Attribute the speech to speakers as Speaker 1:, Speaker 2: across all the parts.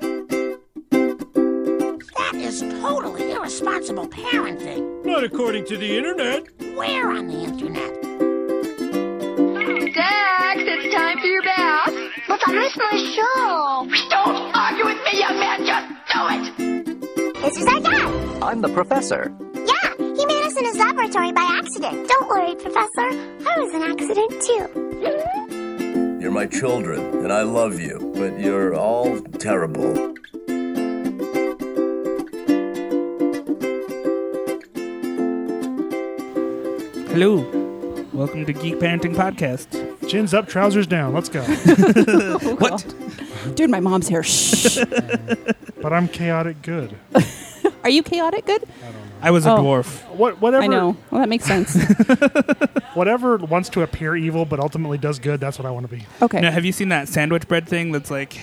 Speaker 1: That is totally irresponsible parenting.
Speaker 2: Not according to the internet.
Speaker 1: Where on the internet?
Speaker 3: Dad, it's time for your bath.
Speaker 4: But I missed my show.
Speaker 3: Don't argue with me, young man. Just do it.
Speaker 4: This is our dad.
Speaker 5: I'm the professor.
Speaker 4: Yeah, he made us in his laboratory by accident. Don't worry, Professor. I was an accident too.
Speaker 6: You're my children, and I love you, but you're all terrible.
Speaker 7: Hello. Welcome to Geek Parenting Podcast.
Speaker 2: Chins up, trousers down. Let's go.
Speaker 7: what?
Speaker 8: Oh, Dude, my mom's here. Shh.
Speaker 2: but I'm chaotic good.
Speaker 8: Are you chaotic? Good.
Speaker 7: I was a
Speaker 8: Oh.
Speaker 7: dwarf.
Speaker 2: What, whatever,
Speaker 8: I know. Well, that makes sense.
Speaker 2: whatever wants to appear evil but ultimately does good. That's what I want to be.
Speaker 8: Okay.
Speaker 7: Now, have you seen that sandwich bread thing that's like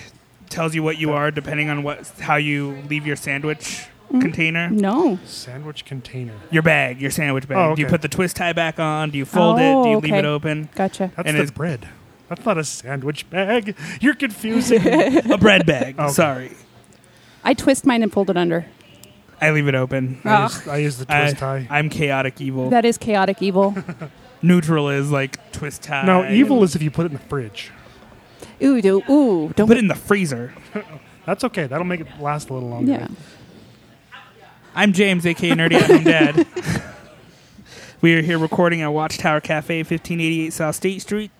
Speaker 7: tells you what you are depending on what how you leave your sandwich container?
Speaker 8: Mm-hmm. No.
Speaker 2: Sandwich container.
Speaker 7: Your bag, your sandwich bag.
Speaker 2: Oh,
Speaker 7: Do you
Speaker 2: okay.
Speaker 7: put the twist tie back on? Do you fold it? Do you
Speaker 8: Oh,
Speaker 7: leave it
Speaker 8: okay.
Speaker 7: open?
Speaker 8: Gotcha.
Speaker 2: That's
Speaker 7: And
Speaker 2: the
Speaker 7: it's-
Speaker 2: bread. That's not a sandwich bag. You're confusing.
Speaker 7: a bread bag.
Speaker 2: Okay.
Speaker 7: Sorry.
Speaker 8: I twist mine and fold it under.
Speaker 7: I leave it open.
Speaker 2: I,
Speaker 8: Ah,
Speaker 2: use, I use the
Speaker 7: I,
Speaker 2: twist tie.
Speaker 7: am chaotic evil.
Speaker 8: that is chaotic evil.
Speaker 7: Neutral is like twist tie.
Speaker 2: no, evil is if you put it in the fridge.
Speaker 8: Ooh, do, ooh, don't.
Speaker 7: Put it in the freezer.
Speaker 2: That's okay. That'll make it last a little longer.
Speaker 8: yeah.
Speaker 7: I'm James, aka Nerdy at Home Dad. we are here recording at Watchtower Cafe, 1588 South State Street.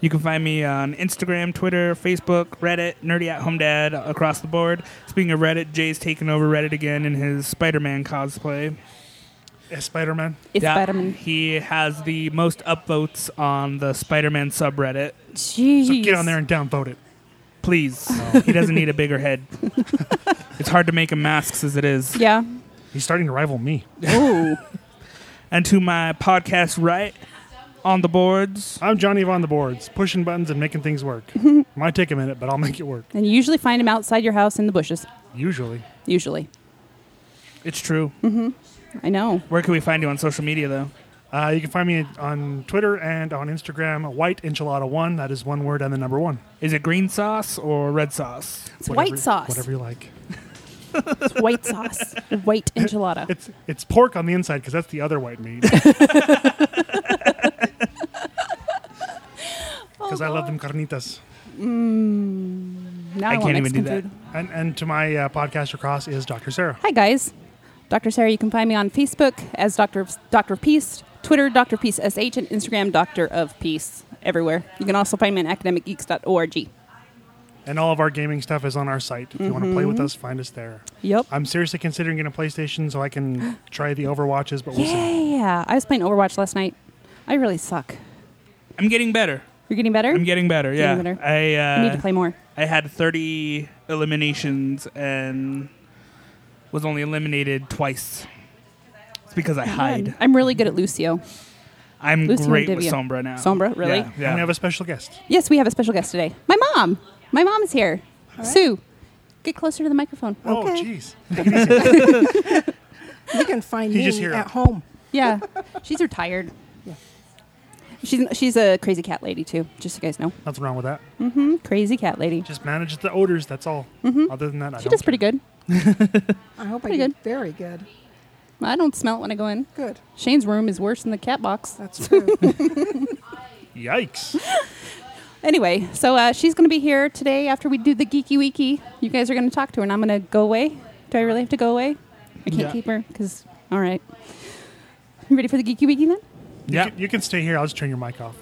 Speaker 7: You can find me on Instagram, Twitter, Facebook, Reddit, Nerdy at Home Dad across the board. Speaking of Reddit, Jay's taken over Reddit again in his Spider-Man cosplay.
Speaker 2: Eh, Spider-Man.
Speaker 8: It's
Speaker 7: Yeah,
Speaker 8: Spider-Man.
Speaker 7: He has the most upvotes on the Spider-Man subreddit.
Speaker 8: Jeez.
Speaker 2: So get on there and downvote it.
Speaker 7: Please,
Speaker 8: Oh.
Speaker 7: he doesn't need a bigger head. it's hard to make him masks as it is.
Speaker 8: Yeah.
Speaker 2: He's starting to rival me.
Speaker 8: Ooh.
Speaker 7: And to my podcast right on the boards.
Speaker 2: I'm Johnny on the boards, pushing buttons and making things work. Might take a minute, but I'll make it work.
Speaker 8: and you usually find him outside your house in the bushes.
Speaker 2: Usually.
Speaker 8: Usually.
Speaker 7: It's true.
Speaker 8: Mm-hmm. I know.
Speaker 7: Where can we find you on social media, though?
Speaker 2: Uh, you can find me on Twitter and on Instagram, White Enchilada One. That is one word and the number one.
Speaker 7: Is it green sauce or red sauce?
Speaker 8: It's white sauce.
Speaker 2: Whatever you like.
Speaker 8: It's white sauce. White enchilada.
Speaker 2: It's it's pork on the inside because that's the other white meat.
Speaker 8: Oh,
Speaker 2: Because I love them carnitas.
Speaker 8: now
Speaker 7: I
Speaker 8: I, want
Speaker 7: can't even do
Speaker 8: Mexican
Speaker 7: that.
Speaker 8: food.
Speaker 2: And and to my uh, podcaster cross is Dr. Sarah.
Speaker 8: Hi, guys. Dr. Sarah, you can find me on Facebook as Dr. of- Dr. of Peace, Twitter, Dr. Peace SH, and Instagram, Dr. of Peace, everywhere. You can also find me on academicgeeks.org.
Speaker 2: And all of our gaming stuff is on our site. If you want to play
Speaker 8: Mm-hmm.
Speaker 2: with us, find us there.
Speaker 8: Yep.
Speaker 2: I'm seriously considering getting a PlayStation so I can try the Overwatches, but we'll see.
Speaker 8: yeah. I was playing Overwatch last night. I really suck.
Speaker 7: I'm getting better.
Speaker 8: You're getting better?
Speaker 7: I'm getting better. Yeah,
Speaker 8: Getting better.
Speaker 7: I uh,
Speaker 8: I need to play more.
Speaker 7: I had 30 eliminations and was only eliminated twice. It's because I hide.
Speaker 8: I'm really good at Lucio.
Speaker 7: I'm
Speaker 8: Lucy
Speaker 7: great
Speaker 8: and
Speaker 7: with
Speaker 8: Divya.
Speaker 7: Sombra now.
Speaker 8: Sombra, really?
Speaker 7: Yeah.
Speaker 2: And
Speaker 7: yeah.
Speaker 2: we have a special guest.
Speaker 8: Yes, we have a special guest today. My mom. My mom is here. Sue, get closer to the microphone.
Speaker 2: Oh,
Speaker 9: Okay.
Speaker 2: jeez.
Speaker 9: You can find
Speaker 2: You
Speaker 9: me
Speaker 2: just hear
Speaker 9: at
Speaker 2: it.
Speaker 9: home.
Speaker 8: Yeah. she's retired. She's, she's a crazy cat lady, too, just so you guys know.
Speaker 2: Nothing wrong with that.
Speaker 8: Mm-hmm. Crazy cat lady.
Speaker 2: Just manage the odors. That's all.
Speaker 8: Mm-hmm.
Speaker 2: Other than that, I
Speaker 8: She
Speaker 2: don't
Speaker 8: does pretty good.
Speaker 9: I hope
Speaker 8: Pretty
Speaker 9: I did
Speaker 8: good.
Speaker 9: very good.
Speaker 8: I don't smell it when I go in.
Speaker 9: Good.
Speaker 8: Shane's room is worse than the cat box.
Speaker 9: That's true.
Speaker 2: good. Yikes!
Speaker 8: Anyway, so uh, she's going to be here today after we do the geeky weeky. You guys are going to talk to her, and I'm going to go away. Do I really have to go away? I can't
Speaker 7: Yeah.
Speaker 8: keep her because all right. You ready for the geeky weeky then?
Speaker 7: Yeah.
Speaker 2: You, can, you can stay here. I'll just turn your mic off.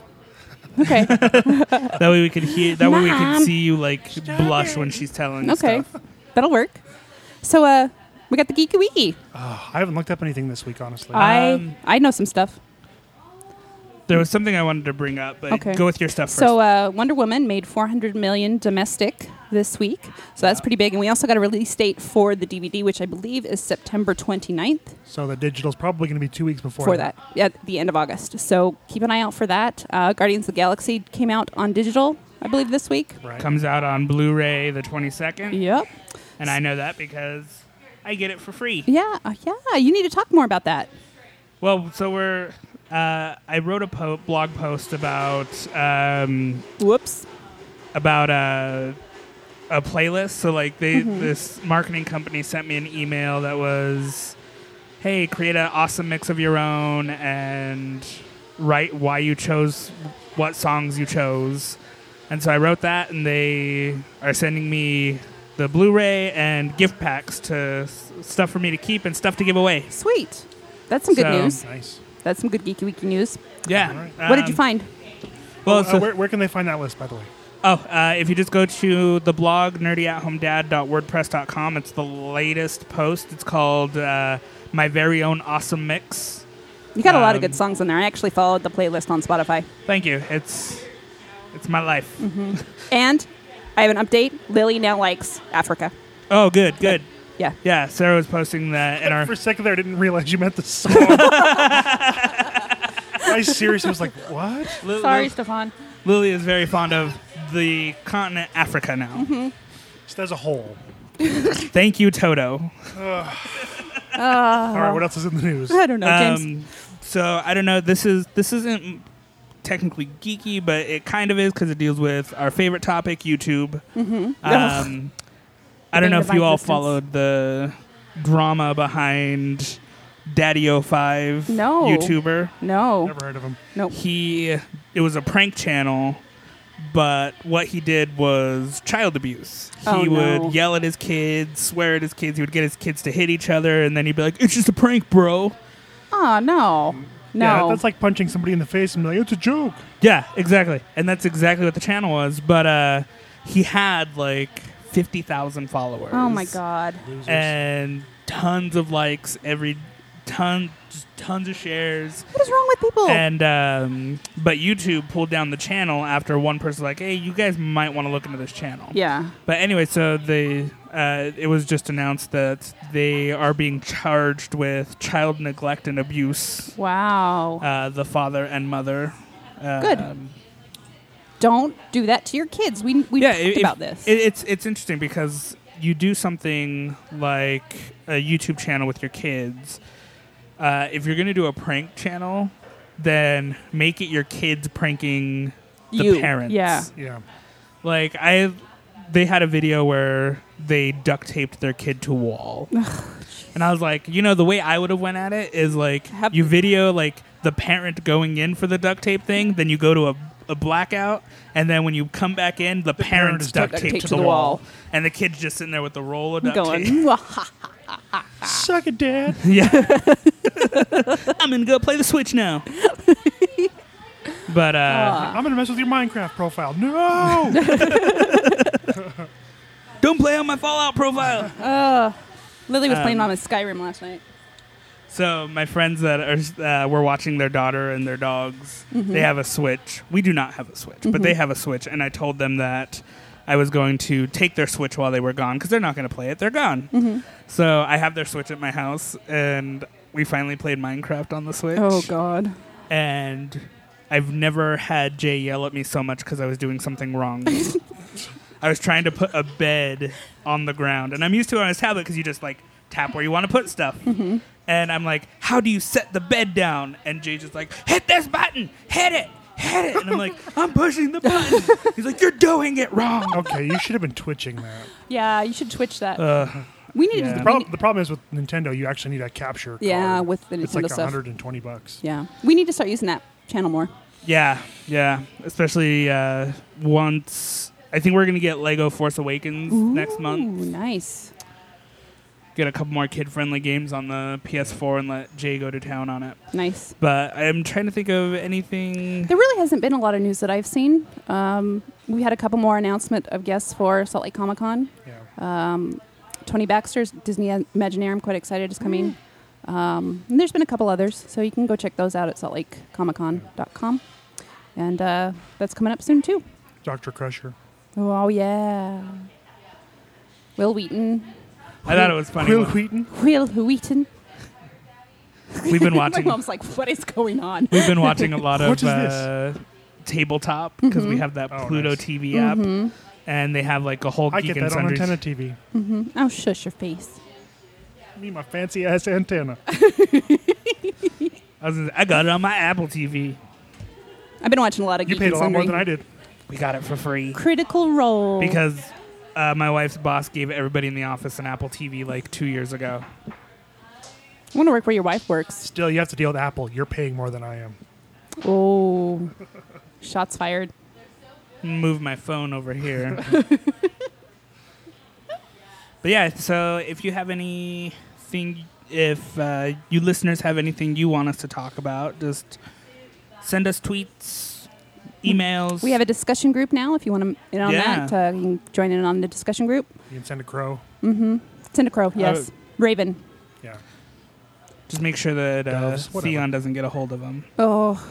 Speaker 8: Okay.
Speaker 7: That way we could hear. That way we could
Speaker 8: Mom.
Speaker 7: see you like blush when she's telling. you
Speaker 8: okay.
Speaker 7: stuff.
Speaker 8: That'll work. So uh, we got the geeky weeky.
Speaker 2: I haven't looked up anything this week, honestly.
Speaker 8: I
Speaker 7: Um,
Speaker 8: I know some stuff.
Speaker 7: There was something I wanted to bring up, but
Speaker 8: Okay.
Speaker 7: go with your stuff first.
Speaker 8: So uh, Wonder Woman made 400 million domestic this week. So that's pretty big. And we also got a release date for the DVD, which I believe is September 29th
Speaker 2: So the digital's probably going to be two weeks before
Speaker 8: for that, at the end of August. So keep an eye out for that. Uh, Guardians of the Galaxy came out on digital, I believe, this week.
Speaker 2: Right.
Speaker 7: Comes out on Blu-ray the 22nd.
Speaker 8: Yep.
Speaker 7: And I know that because I get it for free.
Speaker 8: Yeah, uh, yeah. You need to talk more about that.
Speaker 7: Well, so we're. Uh, I wrote a po- blog post about um,
Speaker 8: Whoops.
Speaker 7: about a a playlist. So like they
Speaker 8: Mm-hmm.
Speaker 7: this marketing company sent me an email that was, "Hey, create an awesome mix of your own and write why you chose what songs you chose." And so I wrote that, and they are sending me the Blu-ray and gift packs to s- stuff for me to keep and stuff to give away.
Speaker 8: Sweet. That's some good
Speaker 7: So-
Speaker 8: news.
Speaker 2: Nice.
Speaker 8: That's some good geeky weeky news.
Speaker 7: Yeah.
Speaker 8: what did you
Speaker 7: Um,
Speaker 8: find?
Speaker 7: Well,
Speaker 2: Oh,
Speaker 7: so-
Speaker 2: uh, where, where can they find that list, by the way?
Speaker 7: Oh, uh, if you just go to the blog nerdyathomedad.wordpress.com, it's the latest post. It's called uh, My Very Own Awesome Mix.
Speaker 8: You got a lot of
Speaker 7: um,
Speaker 8: good songs on there. I actually followed the playlist on Spotify.
Speaker 7: Thank you. It's it's my life.
Speaker 8: Mm-hmm. And I have an update. Lily now likes Africa.
Speaker 7: Oh, good, good.
Speaker 8: Yeah.
Speaker 7: Yeah, Sarah was posting that in our.
Speaker 2: For a second there, I didn't realize you meant the song. I seriously was like, what?
Speaker 7: Li- Li-
Speaker 8: Stefan.
Speaker 7: Lily is very fond of the continent Africa now.
Speaker 8: Mm-hmm.
Speaker 2: Just as a whole.
Speaker 7: Thank you, Toto.
Speaker 2: All right,
Speaker 8: Uh,
Speaker 2: what else is in the news?
Speaker 8: I don't know,
Speaker 7: Um,
Speaker 8: James.
Speaker 7: so I don't know. This is this isn't technically geeky, but it kind of is because it deals with our favorite topic, YouTube. Mm-hmm. Um, I don't
Speaker 8: Bane
Speaker 7: know
Speaker 8: of
Speaker 7: if
Speaker 8: my
Speaker 7: you all
Speaker 8: existence.
Speaker 7: followed the drama behind Daddy05,
Speaker 8: No.
Speaker 7: YouTuber.
Speaker 8: no.
Speaker 2: Never heard of him.
Speaker 8: Nope.
Speaker 7: He it was a prank channel, but what he did was child abuse. He
Speaker 8: Oh,
Speaker 7: would
Speaker 8: no.
Speaker 7: yell at his kids, swear at his kids. He would get his kids to hit each other, and then he'd be like, "It's just a prank, bro."
Speaker 8: Oh, no. No.
Speaker 2: Yeah, that's like punching somebody in the face and be like, it's a joke.
Speaker 7: Yeah, exactly. And that's exactly what the channel was. But uh, he had like 50,000 followers.
Speaker 8: oh, my God.
Speaker 7: And tons of likes, every ton, just tons of shares.
Speaker 8: What is wrong with people?
Speaker 7: And, um, but YouTube pulled down the channel after one person, like, hey, you guys might want to look into this channel.
Speaker 8: yeah.
Speaker 7: But anyway, so they uh, it was just announced that they are being charged with child neglect and abuse,
Speaker 8: Wow.
Speaker 7: uh, the father and mother. Uh,
Speaker 8: Good. don't do that to your kids. We, we talked
Speaker 7: if-
Speaker 8: about this.
Speaker 7: It, it's it's interesting because you do something like a YouTube channel with your kids. Uh, if you're gonna do a prank channel, then make it your kids pranking the
Speaker 8: You.
Speaker 7: parents.
Speaker 8: Yeah.
Speaker 2: Yeah.
Speaker 7: Like I, they had a video where they duct taped their kid to a wall, and I was like, you know, the way I would have went at it is like
Speaker 8: Have-
Speaker 7: you video like the parent going in for the duct tape thing, then you go to a, a blackout, and then when you come back in, the,
Speaker 2: parent
Speaker 7: parents
Speaker 2: is
Speaker 7: duct
Speaker 8: duct
Speaker 7: taped
Speaker 8: taped
Speaker 7: to
Speaker 8: to
Speaker 7: the
Speaker 8: the
Speaker 7: wall.
Speaker 8: wall.
Speaker 7: and the kid's just sitting there with the roll of duct tape.
Speaker 8: Going. "Waha." Ah.
Speaker 2: Suck it, Dad.
Speaker 7: Yeah, I'm gonna go play the switch now. But uh,
Speaker 2: I'm going to mess with your Minecraft profile. No!
Speaker 7: don't play on my Fallout profile.
Speaker 8: Lily was playing on his Skyrim last night.
Speaker 7: So my friends that are uh, were watching their daughter and their dogs, they have a Switch. We do not have a Switch, but they have a Switch, and I told them that I was going to take their Switch while they were gone because they're not going to play it; they're gone. So I have their Switch at my house, and we finally played Minecraft on the Switch.
Speaker 8: God.
Speaker 7: And I've never had Jay yell at me so much because I was doing something wrong. I was trying to put a bed on the ground, and I'm used to it on his tablet because you just like tap where you want to put stuff. And I'm like, "How do you set the bed down?" And Jay's just like, "Hit this button, hit it, hit it." And I'm like, "I'm pushing the button." He's like, "You're doing it wrong."
Speaker 2: okay, you should have been twitching that.
Speaker 8: Yeah, you should twitch that.
Speaker 7: Uh,
Speaker 8: we need
Speaker 7: yeah.
Speaker 8: to.
Speaker 2: The,
Speaker 8: we
Speaker 2: prob-
Speaker 8: need-
Speaker 2: the problem is with Nintendo, you actually need a capture card.
Speaker 8: Yeah, uh, with the
Speaker 2: It's
Speaker 8: Nintendo
Speaker 2: like
Speaker 8: stuff.
Speaker 2: 120 bucks.
Speaker 8: Yeah, we need to start using that channel more.
Speaker 7: yeah, yeah. Especially uh, once I think we're gonna get Lego Force Awakens next month.
Speaker 8: Ooh, nice.
Speaker 7: get a couple more kid friendly games on the PS4 and let Jay go to town on it.
Speaker 8: Nice.
Speaker 7: But I'm trying to think of anything.
Speaker 8: There really hasn't been a lot of news that I've seen. Um, we had a couple more announcement of guests for Salt Lake Comic Con.
Speaker 2: Yeah.
Speaker 8: Tony Baxter's Disney Imagineering. I'm quite excited is coming.
Speaker 5: Mm.
Speaker 8: Um, and there's been a couple others, so you can go check those out at saltlakecomiccon.com. And uh, that's coming up soon too.
Speaker 2: Dr. Crusher.
Speaker 8: Oh yeah. Will Wheaton.
Speaker 7: I thought it was funny.
Speaker 2: Will
Speaker 7: when-
Speaker 2: Wheaton.
Speaker 8: Will Wheaton.
Speaker 7: We've been
Speaker 8: My
Speaker 7: watching.
Speaker 8: mom's like, what is going on?
Speaker 7: We've been watching a lot
Speaker 2: What
Speaker 7: of
Speaker 2: is
Speaker 7: uh,
Speaker 2: this?
Speaker 7: tabletop because
Speaker 8: Mm-hmm.
Speaker 7: we have that
Speaker 2: Oh,
Speaker 7: Pluto
Speaker 2: nice.
Speaker 7: TV app, and they have like a whole
Speaker 2: I
Speaker 7: Geek
Speaker 2: get
Speaker 7: and
Speaker 2: that on
Speaker 7: Sundries.
Speaker 2: antenna TV.
Speaker 8: Oh, shush your face.
Speaker 2: Me, my fancy ass antenna.
Speaker 7: I, was gonna say, I got it on my Apple TV.
Speaker 8: I've been watching a lot of
Speaker 2: You
Speaker 8: Geek
Speaker 2: paid
Speaker 8: and
Speaker 2: a lot more
Speaker 8: Sundry.
Speaker 2: than I did.
Speaker 7: We got it for free
Speaker 8: Critical Role.
Speaker 7: because uh, my wife's boss gave everybody in the office an Apple TV like two years ago.
Speaker 8: I want to work where your wife works.
Speaker 2: Still, you have to deal with Apple. You're paying more than I am.
Speaker 8: Oh, shots fired.
Speaker 7: move my phone over here. but yeah, so if you have anything, if uh, you listeners have anything you want us to talk about, just send us tweets, emails.
Speaker 8: We have a discussion group now. If you want to in on
Speaker 7: Yeah.
Speaker 8: that, uh, you can join in on the discussion group.
Speaker 2: You can send a crow.
Speaker 8: Send a crow. Yes, Raven.
Speaker 2: Yeah.
Speaker 7: Uh, just make sure that uh,
Speaker 2: Doves, whatever.
Speaker 7: Theon doesn't get a hold of them.
Speaker 8: Oh,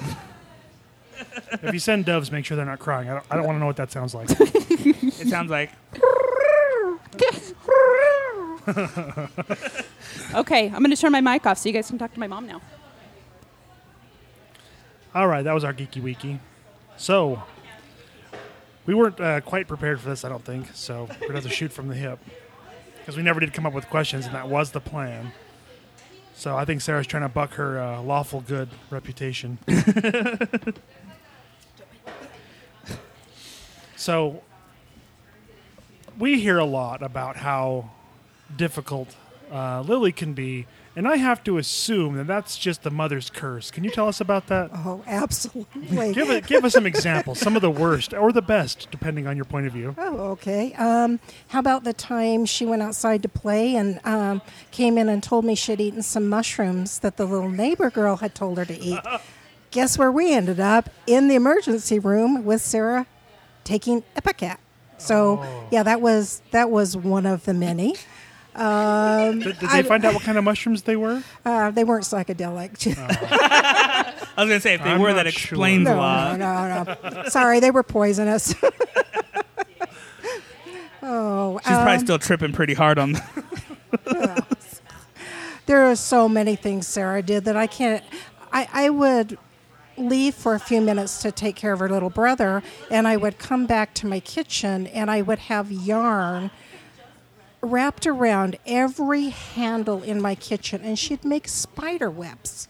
Speaker 2: If you send doves, make sure they're not crying. I don't, I don't want to know what that sounds like.
Speaker 7: It sounds like
Speaker 8: okay. I'm going to turn my mic off so you guys can talk to my mom now.
Speaker 2: All right, that was our geeky weeky. So we weren't uh, quite prepared for this, I don't think. So we're gonna have to shoot from the hip because we never did come up with questions, and that was the plan. So I think Sarah's trying to buck her uh, lawful good reputation. so we hear a lot about how difficult uh, Lily can be, and I have to assume that that's just the mother's curse. Can you tell us about that?
Speaker 5: Oh, absolutely.
Speaker 2: Give, a, give us some examples, some of the worst or the best, depending on your point of view.
Speaker 5: Oh, okay. Um, how about the time she went outside to play and um, came in and told me she'd eaten some mushrooms that the little neighbor girl had told her to eat? Guess where we ended up? In the emergency room with Sarah taking Epicat. So yeah, that was that was one of the many. Um,
Speaker 2: Did, did
Speaker 5: I-
Speaker 2: they find out what kind of mushrooms they were?
Speaker 5: uh, they weren't psychedelic.
Speaker 7: I was gonna say if they
Speaker 2: I'm
Speaker 7: were
Speaker 2: not
Speaker 7: that
Speaker 2: sure.
Speaker 7: explains
Speaker 5: no,
Speaker 7: a lot.
Speaker 5: no, no, no. Sorry, they were poisonous. oh,
Speaker 7: She's probably
Speaker 5: um,
Speaker 7: still tripping pretty hard on. The-
Speaker 5: there are so many things Sarah did that I can't. I, I would leave for a few minutes to take care of her little brother, and I would come back to my kitchen and I would have yarn wrapped around every handle in my kitchen, and she'd make spider webs.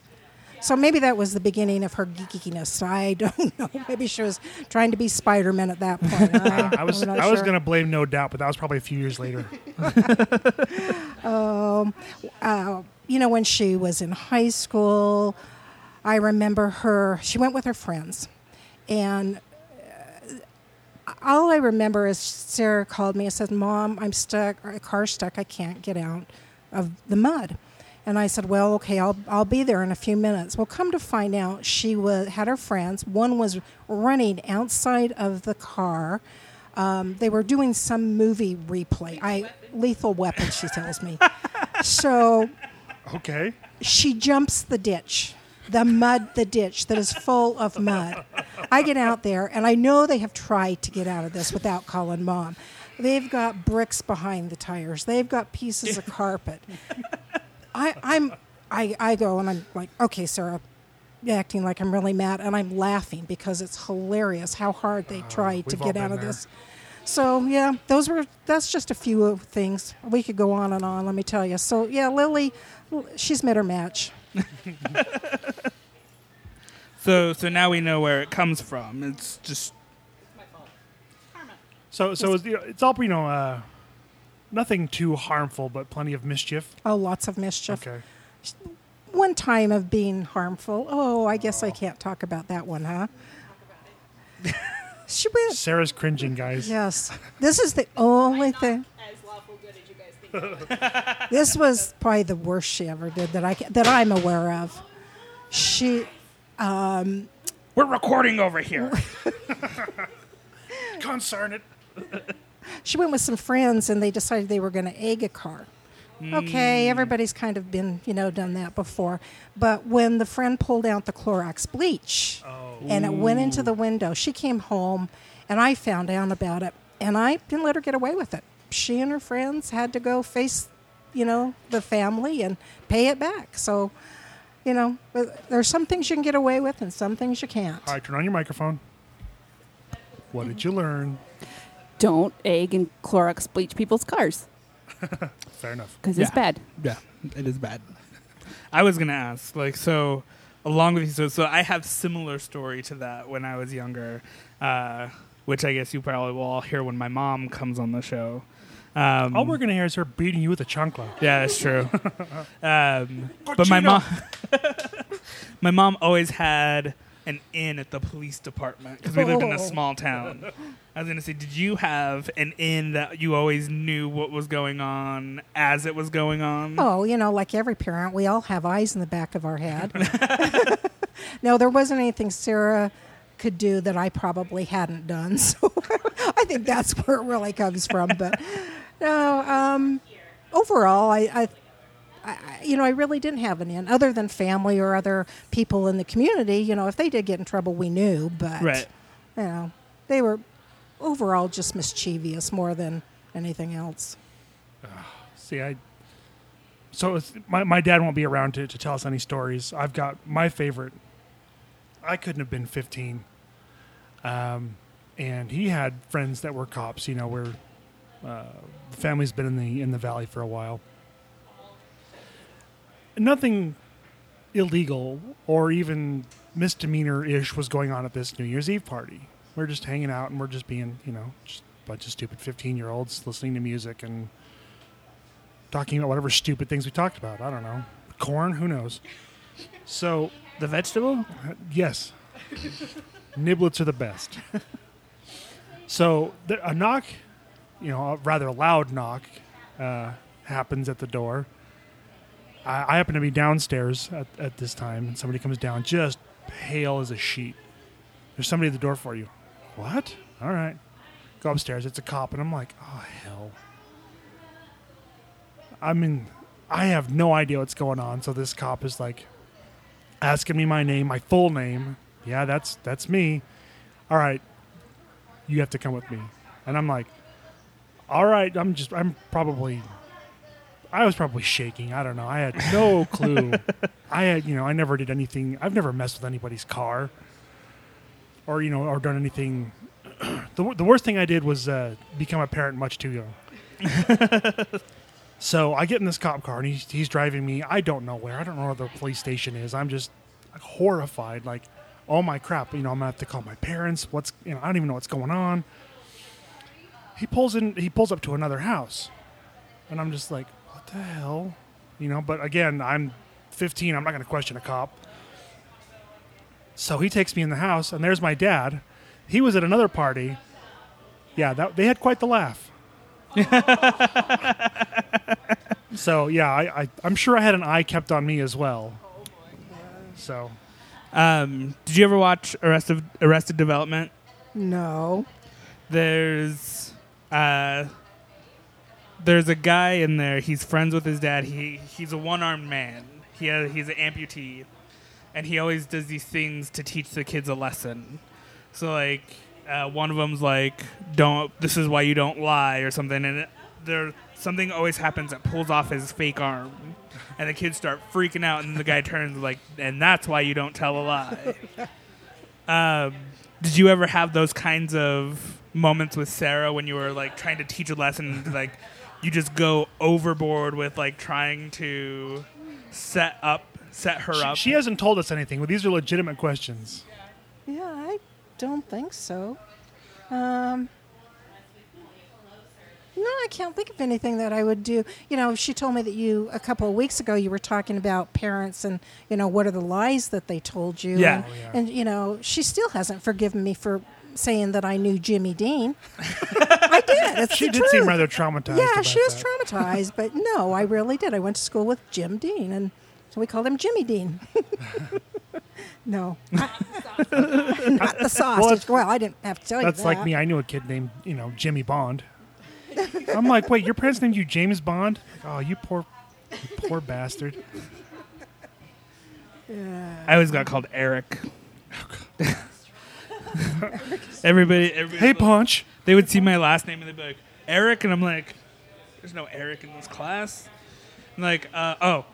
Speaker 5: So maybe that was the beginning of her geekiness. I don't know. Maybe she was trying to be Spider Man at that point. I,
Speaker 2: I was
Speaker 5: I'm
Speaker 2: I
Speaker 5: not
Speaker 2: was
Speaker 5: sure.
Speaker 2: gonna blame no doubt, but that was probably a few years later.
Speaker 5: uh, you know, when she was in high school, I remember her, she went with her friends. And uh, all I remember is Sarah called me and said, Mom, I'm stuck, or a car's stuck, I can't get out of the mud. And I said, Well, okay, I'll, I'll be there in a few minutes. Well, come to find out, she was, had her friends. One was running outside of the car. Um, they were doing some movie replay. I lethal weapon, she tells me. so
Speaker 2: Okay.
Speaker 5: she jumps the ditch, the mud, the ditch that is full of mud. I get out there, and I know they have tried to get out of this without calling mom. They've got bricks behind the tires. They've got pieces of carpet. I, I'm, I, I go and I'm like, okay, Sarah, acting like I'm really mad, and I'm laughing because it's hilarious how hard they tried to
Speaker 2: we've all
Speaker 5: get out
Speaker 2: been
Speaker 5: of
Speaker 2: there.
Speaker 5: this. So yeah, those were that's just a few of things. We could go on and on. Let me tell you. So yeah, Lily, l- she's met her match.
Speaker 7: so so now we know where it comes from. It's just
Speaker 2: So so it's, it's all you know, uh, nothing too harmful, but plenty of mischief.
Speaker 5: Oh, lots of mischief.
Speaker 2: Okay.
Speaker 5: One time of being harmful. Oh, I guess I can't talk about that one, huh? she went.
Speaker 2: Sarah's cringing, guys.
Speaker 5: Yes, this is the only thing. This was probably the worst she ever did that I ca- that I'm aware of. She
Speaker 7: we're recording over here.
Speaker 2: Concern it.
Speaker 5: she went with some friends and they decided they were going to egg a car. Okay, everybody's kind of been, you know, done that before. But when the friend pulled out the Clorox bleach and it went into the window, she came home and I found out about it and I didn't let her get away with it. she and her friends had to go face, you know, the family and pay it back. So, you know, but there's some things you can get away with and some things you can't.
Speaker 2: All right, turn on your microphone. What did you learn?
Speaker 8: Don't egg and Clorox bleach people's cars
Speaker 2: Fair enough.
Speaker 8: because it's
Speaker 7: Yeah.
Speaker 8: bad.
Speaker 7: Yeah, it is bad. I was gonna ask, like, so along with you, so, so I have similar story to that when I was younger, uh, which I guess you probably will all hear when my mom comes on the show. Um,
Speaker 2: All we're gonna hear is her beating you with a chancla.
Speaker 7: yeah, that's true. um, but my
Speaker 2: Cochino.
Speaker 7: mom, my mom always had an inn at the police department because we lived in a
Speaker 2: Oh.
Speaker 7: small town. I was gonna say, did you have an inn that you always knew what was going on as it was going on?
Speaker 5: Oh, you know, like every parent, we all have eyes in the back of our head. no, there wasn't anything Sarah could do that I probably hadn't done. So I think that's where it really comes from. But no, um, overall, I, I, I, you know, I really didn't have an in other than family or other people in the community. You know, if they did get in trouble, we knew. But
Speaker 7: Right.
Speaker 5: you know, they were overall just mischievous more than anything else.
Speaker 2: See, I. So it's, my my dad won't be around to, to tell us any stories. I've got my favorite. I couldn't have been fifteen, um, and he had friends that were cops. You know, where uh, the family's been in the in the valley for a while. Nothing illegal or even misdemeanor ish was going on at this New Year's Eve party. We're just hanging out and we're just being, you know, just a bunch of stupid 15 year olds listening to music and talking about whatever stupid things we talked about. I don't know. Corn, who knows? So.
Speaker 7: The vegetable?
Speaker 2: yes. Niblets are the best. so there, a knock, you know, a rather loud knock uh, happens at the door. I, I happen to be downstairs at, at this time, and somebody comes down just pale as a sheet. There's somebody at the door for you. What? All right. Go upstairs. It's a cop, and I'm like, oh, hell. I mean, I have no idea what's going on. So this cop is like asking me my name, my full name. Yeah, that's that's me. All right, you have to come with me. And I'm like, all right. I'm just. I'm probably. I was probably shaking. I don't know. I had no clue. I had, you know, I never did anything. I've never messed with anybody's car, or you know, or done anything. the, wor- the worst thing I did was uh, become a parent much too young. So I get in this cop car and he's, he's driving me. I don't know where. I don't know where the police station is. I'm just horrified. Like, oh my crap. You know, I'm going to have to call my parents. What's, you know, I don't even know what's going on. He pulls in, he pulls up to another house. And I'm just like, what the hell? You know, but again, I'm 15. I'm not going to question a cop. So he takes me in the house and there's my dad. He was at another party. Yeah, that, they had quite the laugh. So yeah, I, I I'm sure I had an eye kept on me as well.
Speaker 5: Oh
Speaker 2: So
Speaker 7: Um, did you ever watch Arrested Arrested Development?
Speaker 5: No.
Speaker 7: There's uh, there's a guy in there. He's friends with his dad. He he's a one armed man. He has, he's an amputee, and he always does these things to teach the kids a lesson. So like uh, one of them's like, "Don't this is why you don't lie" or something, and it, there something always happens that pulls off his fake arm. And the kids start freaking out, and then the guy turns like, and that's why you don't tell a lie. Um, did you ever have those kinds of moments with Sarah when you were like trying to teach a lesson? like, you just go overboard with like trying to set up, set her
Speaker 2: she,
Speaker 7: up.
Speaker 2: she hasn't told us anything, but these are legitimate questions.
Speaker 5: Yeah, I don't think so. Um, no, I can't think of anything that I would do. You know, she told me that you a couple of weeks ago you were talking about parents and you know what are the lies that they told you.
Speaker 7: Yeah.
Speaker 5: and,
Speaker 7: Oh, yeah.
Speaker 5: and you know she still hasn't forgiven me for saying that I knew Jimmy Dean. I did. It's
Speaker 2: She
Speaker 5: the
Speaker 2: did seem
Speaker 5: truth.
Speaker 2: rather traumatized.
Speaker 5: Yeah,
Speaker 2: about
Speaker 5: she was
Speaker 2: that.
Speaker 5: traumatized, but no, I really did. I went to school with Jim Dean, and so we called him Jimmy Dean. no, not the sauce.
Speaker 2: Well,
Speaker 5: Well,
Speaker 2: that's-
Speaker 5: I didn't have to tell
Speaker 2: That's
Speaker 5: you that.
Speaker 2: like me. I knew a kid named you know Jimmy Bond. I'm like, wait, your parents named you James Bond? Oh, you poor, you poor bastard.
Speaker 7: I always got called Eric. everybody, everybody.
Speaker 2: Hey, Punch.
Speaker 7: They would see my last name and they'd be like, Eric, and I'm like, There's no Eric in this class. I'm like, uh, oh,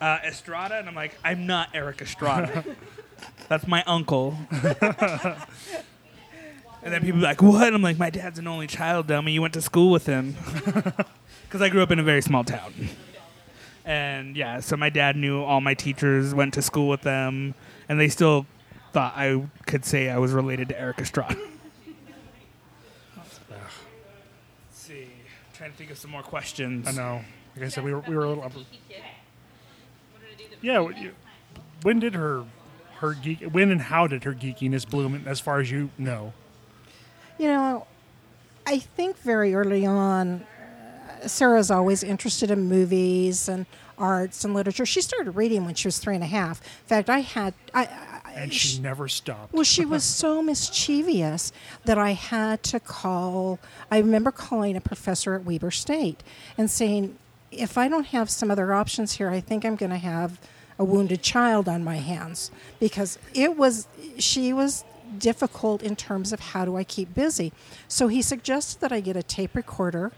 Speaker 7: uh, Estrada, and I'm like, I'm not Eric Estrada. That's my uncle. and then people be like, what? I'm like, my dad's an only child, dummy. You went to school with him. Because I grew up in a very small town. And yeah, so my dad knew all my teachers, went to school with them, and they still thought I could say I was related to Eric Estrada. Let's see. trying to think of some more questions.
Speaker 2: I know. Like I said, we were, we were a little. Upper. Yeah. what you- When did her her geek? When and how did her geekiness bloom? As far as you know,
Speaker 5: You know, I think very early on, uh, Sarah's always interested in movies and arts and literature. She started reading when she was three and a half. In fact, I had, I, I
Speaker 2: and she never stopped.
Speaker 5: well, she was so mischievous that I had to call. I remember calling a professor at Weber State and saying, if I don't have some other options here, I think I'm going to have a wounded child on my hands because it was, she was difficult in terms of how do I keep busy. So he suggested that I get a tape recorder.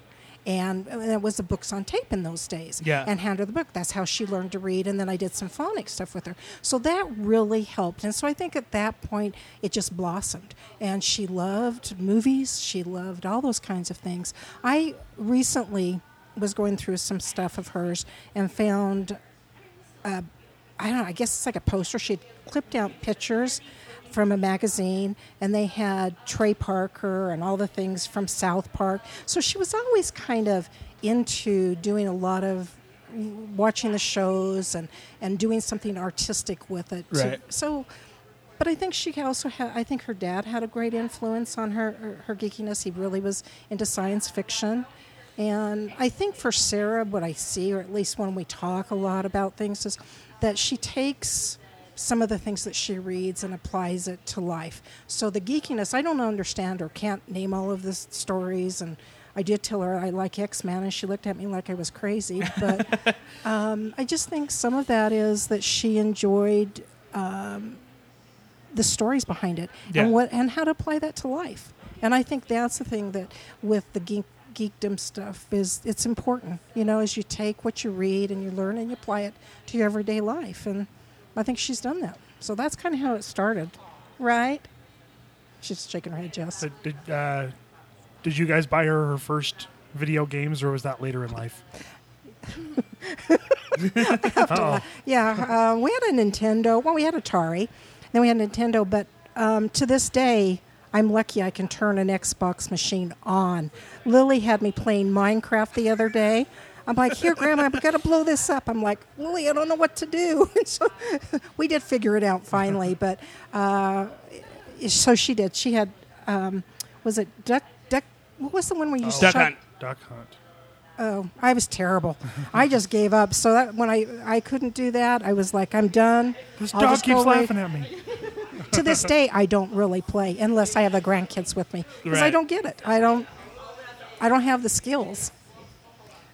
Speaker 5: And and it was the books on tape in those days
Speaker 7: Yeah.
Speaker 5: and hand her the book. That's how she learned to read. And then I did some phonics stuff with her. So that really helped. And so I think at that point, it just blossomed. And she loved movies, she loved all those kinds of things. I recently was going through some stuff of hers and found I don't know, I guess it's like a poster. She had clipped out pictures from a magazine and they had Trey Parker and all the things from South Park. So she was always kind of into doing a lot of watching the shows and, and doing something artistic with it. So-
Speaker 7: Right.
Speaker 5: So, but I think she also had, I think her dad had a great influence on her, her, her geekiness. He really was into science fiction. And I think for Sarah, what I see, or at least when we talk a lot about things, is that she takes some of the things that she reads and applies it to life. So the geekiness, I don't understand or can't name all of the s- stories. And I did tell her I like X Men, and she looked at me like I was crazy. But um, I just think some of that is that she enjoyed the stories behind it
Speaker 7: Yeah.
Speaker 5: and what and how to apply that to life. And I think that's the thing that with the geek, geekdom stuff is it's important. You know, as you take what you read and you learn and you apply it to your everyday life. And I think she's done that. So that's kind of how it started, right? She's shaking her head, Jess.
Speaker 2: But did uh, did you guys buy her her first video games, or was that later in life? oh,
Speaker 5: Yeah, uh, we had a Nintendo. Well, we had Atari, then we had Nintendo. But um, to this day, I'm lucky I can turn an Xbox machine on. Lily had me playing Minecraft the other day. I'm like, here, Grandma, I've got to blow this up. I'm like, Lily, I don't know what to do. And so we did figure it out finally. But uh, so she did. She had, um, was it Duck Duck? What was the one where you
Speaker 7: Duck
Speaker 5: shot?
Speaker 7: Hunt.
Speaker 2: Duck Hunt.
Speaker 5: Oh, I was terrible. I just gave up. So that when I I couldn't do that, I was like, I'm done.
Speaker 2: This
Speaker 5: I'll
Speaker 2: dog
Speaker 5: just go
Speaker 2: keeps
Speaker 5: away.
Speaker 2: laughing at me.
Speaker 5: To this day, I don't really play unless I have the grandkids with me because I
Speaker 7: Right.
Speaker 5: don't get it. I don't. I don't have the skills.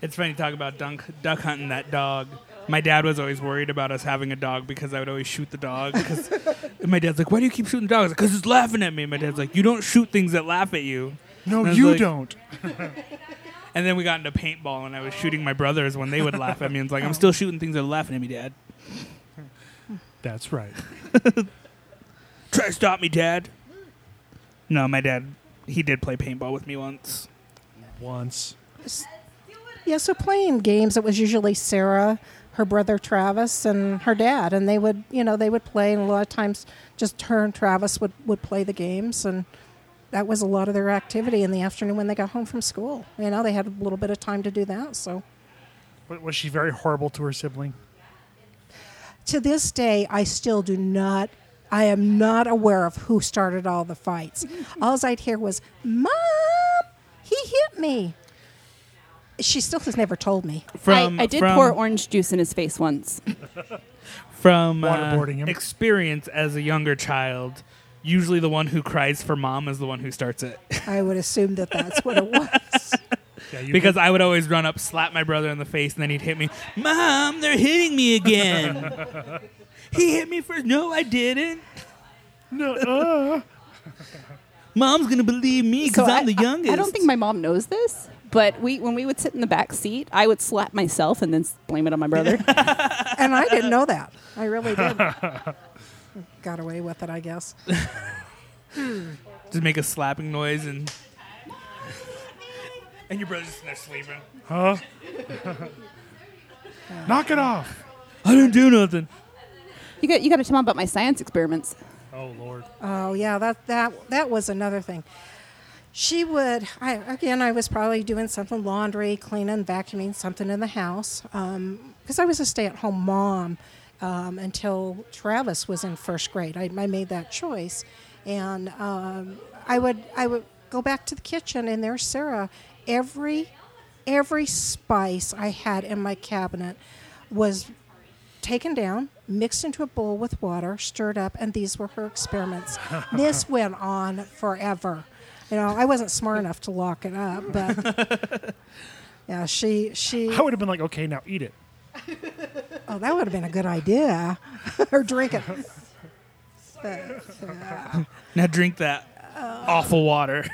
Speaker 7: It's funny to talk about dunk, duck hunting that dog. My dad was always worried about us having a dog because I would always shoot the dog. 'cause- and my dad's like, "Why do you keep shooting dogs?" Because it's laughing at me. And my dad's like, "You don't shoot things that laugh at you."
Speaker 2: No,
Speaker 7: And I was
Speaker 2: you
Speaker 7: like-
Speaker 2: don't.
Speaker 7: And then we got into paintball, and I was shooting my brothers when they would laugh at me. And it's like, "I'm still shooting things that are laughing at me, Dad.
Speaker 2: That's right.
Speaker 7: Try to stop me, Dad." No, my dad, he did play paintball with me once.
Speaker 2: Once.
Speaker 5: Yeah. So playing games, it was usually Sarah, her brother Travis, and her dad, and they would you know they would play, and a lot of times just her and Travis would would play the games and. That was a lot of their activity in the afternoon when they got home from school. You know, they had a little bit of time to do that. So,
Speaker 2: Wa- Was she very horrible to her sibling?
Speaker 5: to this day, I still do not. I am not aware of who started all the fights. All I'd hear was, "Mom, he hit me." She still has never told me.
Speaker 7: From
Speaker 8: I, I did
Speaker 7: from,
Speaker 8: pour orange juice in his face once.
Speaker 7: from uh,
Speaker 2: Waterboarding him.
Speaker 7: experience as a younger child. Usually, the one who cries for mom is the one who starts it.
Speaker 5: I would assume that that's what it was.
Speaker 2: Yeah, you
Speaker 7: Because I would always run up, slap my brother in the face, and then he'd hit me. Mom, they're hitting me again. he hit me first. No, I didn't.
Speaker 2: no, uh,
Speaker 7: Mom's gonna believe me because
Speaker 8: So
Speaker 7: I'm
Speaker 8: I-
Speaker 7: the
Speaker 8: I-
Speaker 7: youngest.
Speaker 8: I, don't think my mom knows this, But we, when we would sit in the back seat, I would slap myself and then s- blame it on my brother.
Speaker 5: and I didn't know that. I really did. Got away with it, I guess.
Speaker 7: Just make a slapping noise and. And your brother's in there sleeping.
Speaker 2: Huh? Knock it off.
Speaker 7: I didn't do nothing.
Speaker 8: you got you got to tell mom about my science experiments.
Speaker 2: Oh Lord.
Speaker 5: Oh yeah, that that that was another thing. She would I, again. I was probably doing something laundry, cleaning, vacuuming something in the house because I was a stay-at-home mom um, until Travis was in first grade. I, I made that choice, and um, I would I would go back to the kitchen, and there's Sarah. Every every spice I had in my cabinet was taken down, mixed into a bowl with water, stirred up, and these were her experiments. this went on forever. You know, I wasn't smart enough to lock it up, but yeah, she she.
Speaker 2: I would have been like, okay, now eat it.
Speaker 5: Oh, that would have been a good idea, or drink it.
Speaker 7: Now drink that
Speaker 8: Uh,
Speaker 7: awful water.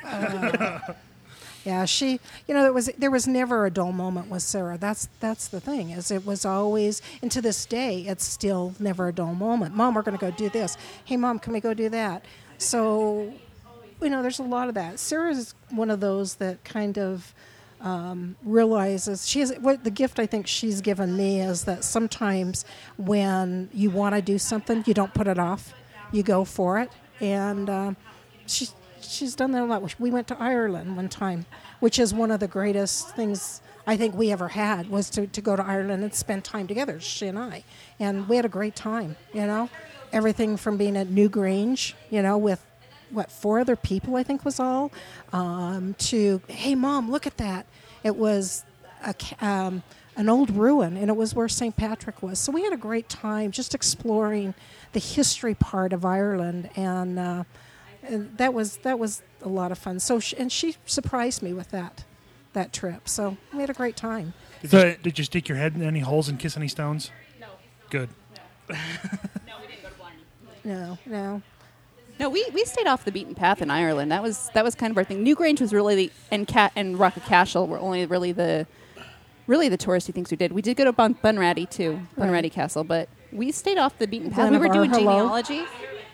Speaker 5: Yeah, she. You know, there was there was never a dull moment with Sarah. That's that's the thing is it was always, and to this day, it's still never a dull moment. Mom, we're going to go do this. Hey, mom, can we go do that? So, you know, there's a lot of that. Sarah's one of those that kind of um, realizes she has what the gift I think she's given me is that sometimes when you want to do something, you don't put it off, you go for it, and um, she she's done that a lot. We went to Ireland one time, which is one of the greatest things I think we ever had was to, to go to Ireland and spend time together, she and I, and we had a great time. You know, everything from being at Newgrange, you know, with what four other people I think was all um, to hey mom look at that it was a, ca- um, an old ruin and it was where St Patrick was so we had a great time just exploring the history part of Ireland and, uh, and that was that was a lot of fun so sh and she surprised me with that that trip so we had a great time
Speaker 2: Did,
Speaker 7: So-
Speaker 2: you, did you stick your head in any holes and kiss any stones? No. Good.
Speaker 5: no no
Speaker 8: No, we, we stayed off the beaten path in Ireland. That was that was kind of our thing. Newgrange was really and Cat and Rock of Cashel were only really the really the touristy things we did. We did go to Bun- Bunratty too, Bunratty Castle, but
Speaker 7: Um,
Speaker 8: we stayed off the beaten path. we were
Speaker 5: Glenavar,
Speaker 8: doing
Speaker 5: hello.
Speaker 8: genealogy,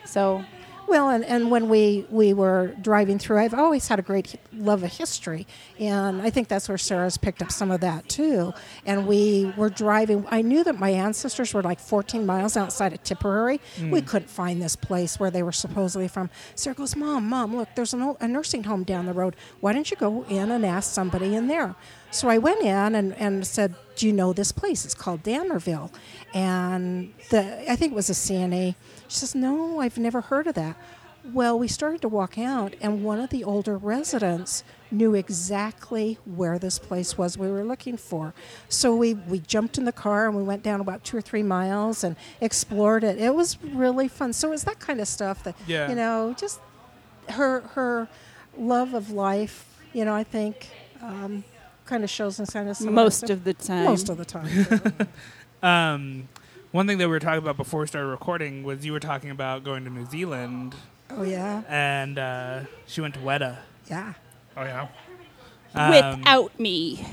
Speaker 8: so
Speaker 5: Well, and, and when we, we were driving through, I've always had a great hi- love of history. And I think that's where Sarah's picked up some of that too. And we were driving, I knew that my ancestors were like 14 miles outside of Tipperary. We couldn't find this place where they were supposedly from. Sarah goes, Mom, Mom, look, there's an old, a nursing home down the road. Why don't you go in and ask somebody in there? So I went in and, and said, Do you know this place? It's called Dannerville. And the, I think it was a CNA. She says, No, I've never heard of that. Well, we started to walk out, and one of the older residents knew exactly where this place was we were looking for. So we, we jumped in the car and we went down about two or three miles and explored it. It was really fun. So it's that kind of stuff that,
Speaker 7: Yeah.
Speaker 5: you know, just her her love of life, you know, I think um, kind of shows in some of that
Speaker 8: most
Speaker 5: stuff.
Speaker 8: of the time.
Speaker 5: Most of the time.
Speaker 7: Um, one thing that we were talking about before we started recording was you were talking about going to New Zealand,
Speaker 5: oh, yeah.
Speaker 7: and uh, she went to Weta.
Speaker 5: Yeah.
Speaker 2: Oh yeah.
Speaker 7: Um,
Speaker 8: Without me,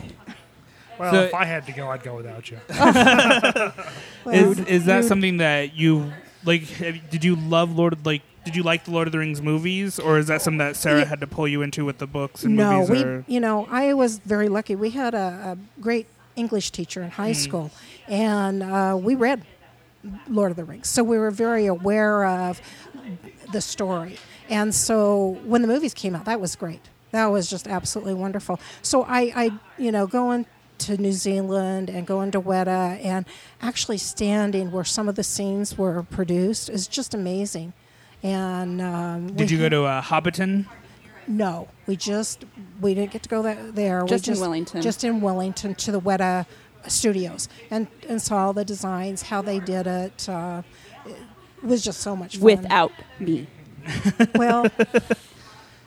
Speaker 2: Well,
Speaker 7: So-
Speaker 2: if I had to go, I'd go without you.
Speaker 7: is,
Speaker 5: Well,
Speaker 7: is that
Speaker 5: you-
Speaker 7: something that you like? have- Did you love Lord? Like, did you like the Lord of the Rings movies, or is that something that Sarah
Speaker 5: Yeah.
Speaker 7: had to pull you into with the books and
Speaker 5: no,
Speaker 7: movies?
Speaker 5: we,
Speaker 7: or-
Speaker 5: you know, I was very lucky. We had a, a great English teacher in high
Speaker 7: Hmm.
Speaker 5: school, and uh, we read Lord of the Rings. So we were very aware of the story. And so when the movies came out, that was great. That was just absolutely wonderful. So I, I you know, going to New Zealand and going to Weta and actually standing where some of the scenes were produced is just amazing. And um,
Speaker 7: did you go to uh, Hobbiton?
Speaker 5: no, we just we didn't get to go that, there. We
Speaker 8: Just in Wellington.
Speaker 5: Just in Wellington to the Weta Studios and and saw all the designs, how they did it. Uh, it was just so much fun.
Speaker 8: without me.
Speaker 5: well,